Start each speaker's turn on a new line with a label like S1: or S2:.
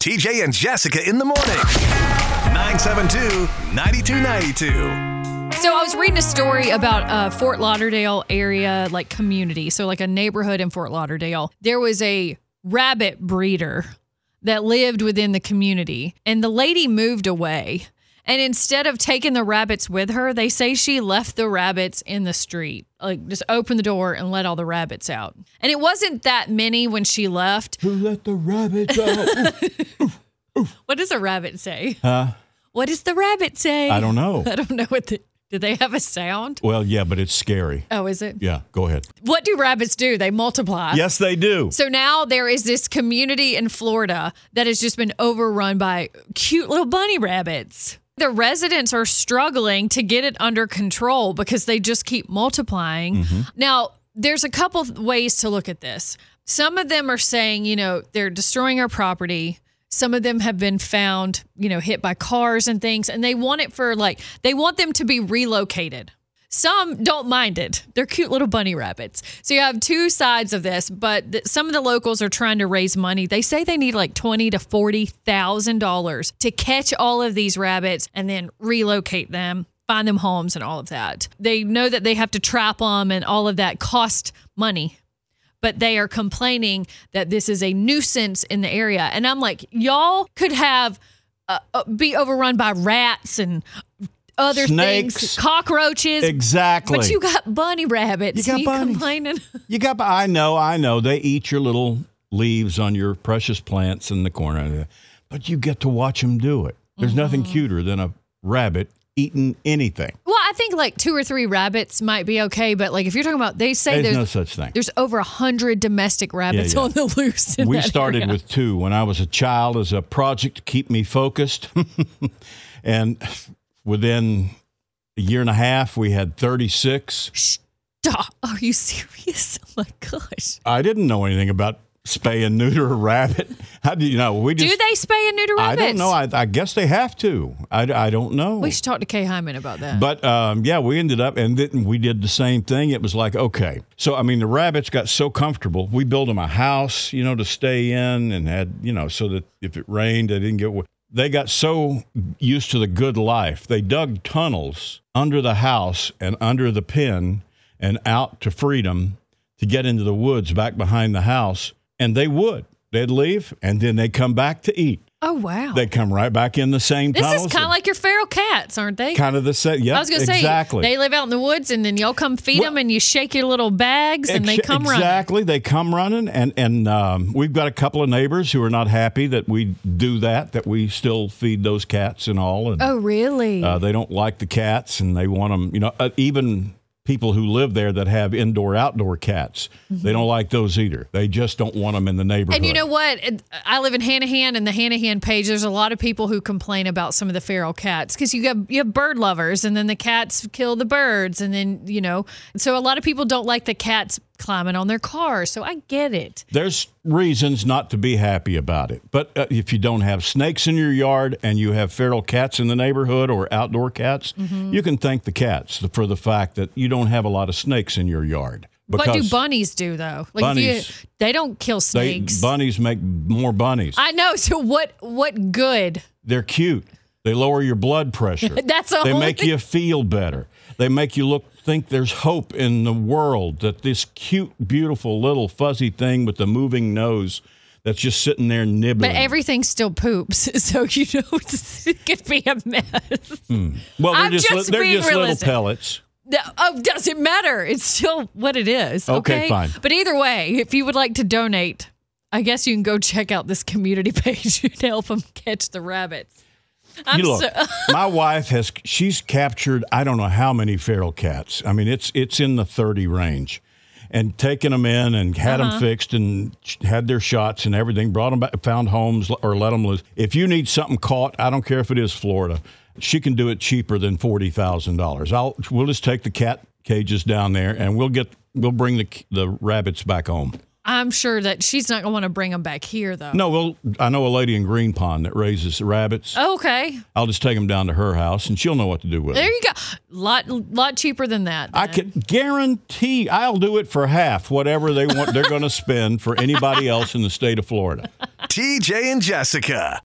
S1: TJ and Jessica in the morning. 972 9292.
S2: So I was reading a story about uh, Fort Lauderdale area like community, so like a neighborhood in Fort Lauderdale. There was a rabbit breeder that lived within the community, and the lady moved away. And instead of taking the rabbits with her, they say she left the rabbits in the street. Like just open the door and let all the rabbits out. And it wasn't that many when she left.
S3: Who let the rabbits out?
S2: What does a rabbit say? what does the rabbit say?
S3: I don't know.
S2: I don't know what the do they have a sound?
S3: Well, yeah, but it's scary.
S2: Oh, is it?
S3: Yeah, go ahead.
S2: What do rabbits do? They multiply.
S3: Yes, they do.
S2: Uh, So now there is this community in Florida that has just been overrun by cute little bunny rabbits. The residents are struggling to get it under control because they just keep multiplying. Now, there's a couple ways to look at this. Some of them are saying, you know, they're destroying our property. Some of them have been found, you know, hit by cars and things, and they want it for like, they want them to be relocated. Some don't mind it. They're cute little bunny rabbits. So you have two sides of this, but th- some of the locals are trying to raise money. They say they need like twenty to forty thousand dollars to catch all of these rabbits and then relocate them, find them homes, and all of that. They know that they have to trap them, and all of that cost money but they are complaining that this is a nuisance in the area. And I'm like, y'all could have uh, uh, be overrun by rats and other things,
S3: Snakes.
S2: cockroaches.
S3: Exactly.
S2: But you got bunny rabbits.
S3: You got
S2: and
S3: bunnies.
S2: complaining.
S3: You got. I know. I know. They eat your little leaves on your precious plants in the corner, but you get to watch them do it. There's nothing
S2: Mm-hmm.
S3: cuter than a rabbit eating anything.
S2: Well, I think like two or three rabbits might be okay, but like if you're talking about, they say
S3: There's
S2: there's
S3: no such thing.
S2: there's over a hundred domestic rabbits
S3: yeah.
S2: on the loose. In
S3: we
S2: that
S3: started
S2: area.
S3: with two when I was a child as a project to keep me focused, and within a year and a half we had 36.
S2: Stop. Are you serious? Oh my gosh.
S3: I didn't know anything about spay and neuter a rabbit. How do you know? We
S2: Do
S3: just
S2: they spay and neuter
S3: I
S2: rabbits?
S3: don't know. I, I guess they have to. I, I don't know.
S2: we should talk to Kay Hyman about that.
S3: But um, yeah, we ended up and then we did the same thing. It was like, okay. So, I mean, the rabbits got so comfortable. We built them a house, you know, to stay in and had, you know, so that if it rained, they didn't get wet. They got so used to the good life. They dug tunnels under the house and under the pen and out to freedom to get into the woods back behind the house. And they would. They'd leave and then they'd come back to eat.
S2: oh wow.
S3: They'd come right back in the same
S2: This
S3: tunnels.
S2: is kind of like your feral cats, aren't they?
S3: kind of the same. Yeah,
S2: I was going to say,
S3: exactly.
S2: they live out in the woods, and then y'all come feed
S3: Well-
S2: them, and you shake your little bags, and they
S3: Ex-
S2: come
S3: exactly.
S2: running.
S3: They come running, and and um, we've got a couple of neighbors who are not happy that we do that. That we still feed those cats and all, and
S2: Oh, really?
S3: uh, they don't like the cats, and they want them. You know, uh, even people who live there that have indoor outdoor cats, they don't like those either. They just don't want them in the neighborhood.
S2: Mm-hmm. and you know what? It- I live in Hanahan, and the Hanahan page. There's a lot of people who complain about some of the feral cats because you got you have bird lovers, and then the cats kill the birds, and then you know. So a lot of people don't like the cats climbing on their cars. So I get it.
S3: There's reasons not to be happy about it. But uh, if you don't have snakes in your yard and you have feral cats in the neighborhood or outdoor cats,
S2: Mm-hmm.
S3: you can thank the cats for the fact that you don't have a lot of snakes in your yard.
S2: What do bunnies do though? Like if
S3: Bunnies-
S2: you, they don't kill
S3: they,
S2: snakes.
S3: bunnies make more bunnies.
S2: I know. So what? What good?
S3: They're cute. They lower your blood pressure.
S2: That's the
S3: They
S2: only
S3: make you feel better. They make you look think there's hope in the world that this cute, beautiful little fuzzy thing with the moving nose that's just sitting there nibbling.
S2: But everything still poops, so you know it's- it could be a mess.
S3: Well, they're
S2: I'm
S3: just, li-
S2: just
S3: they're
S2: being
S3: just
S2: realistic.
S3: little pellets.
S2: No, oh, doesn't matter. It's still what it is. Okay,
S3: Okay, fine.
S2: But either way, if you would like to donate, I guess you can go check out this community page and help them catch the rabbits. I'm
S3: you look,
S2: so,
S3: my wife has she's captured I don't know how many feral cats. I mean, it's it's in the thirty range, and taken them in and had
S2: Uh-huh.
S3: them fixed and sh- had their shots and everything. Brought them back, found homes l- or let them loose. If you need something caught, I don't care if it is Florida, she can do it cheaper than forty thousand dollars. I'll we'll just take the cat cages down there and we'll get we'll bring the c- the rabbits back home.
S2: I'm sure that she's not going to want to bring them back here, though.
S3: No, we'll I know a lady in Green Pond that raises rabbits.
S2: Okay,
S3: I'll just take them down to her house, and she'll know what to do with
S2: there
S3: them.
S2: you go. Lot lot cheaper than that.
S3: I
S2: then.
S3: can guarantee I'll do it for half whatever they want. They're going to spend for anybody else in the state of Florida.
S1: TJ and Jessica.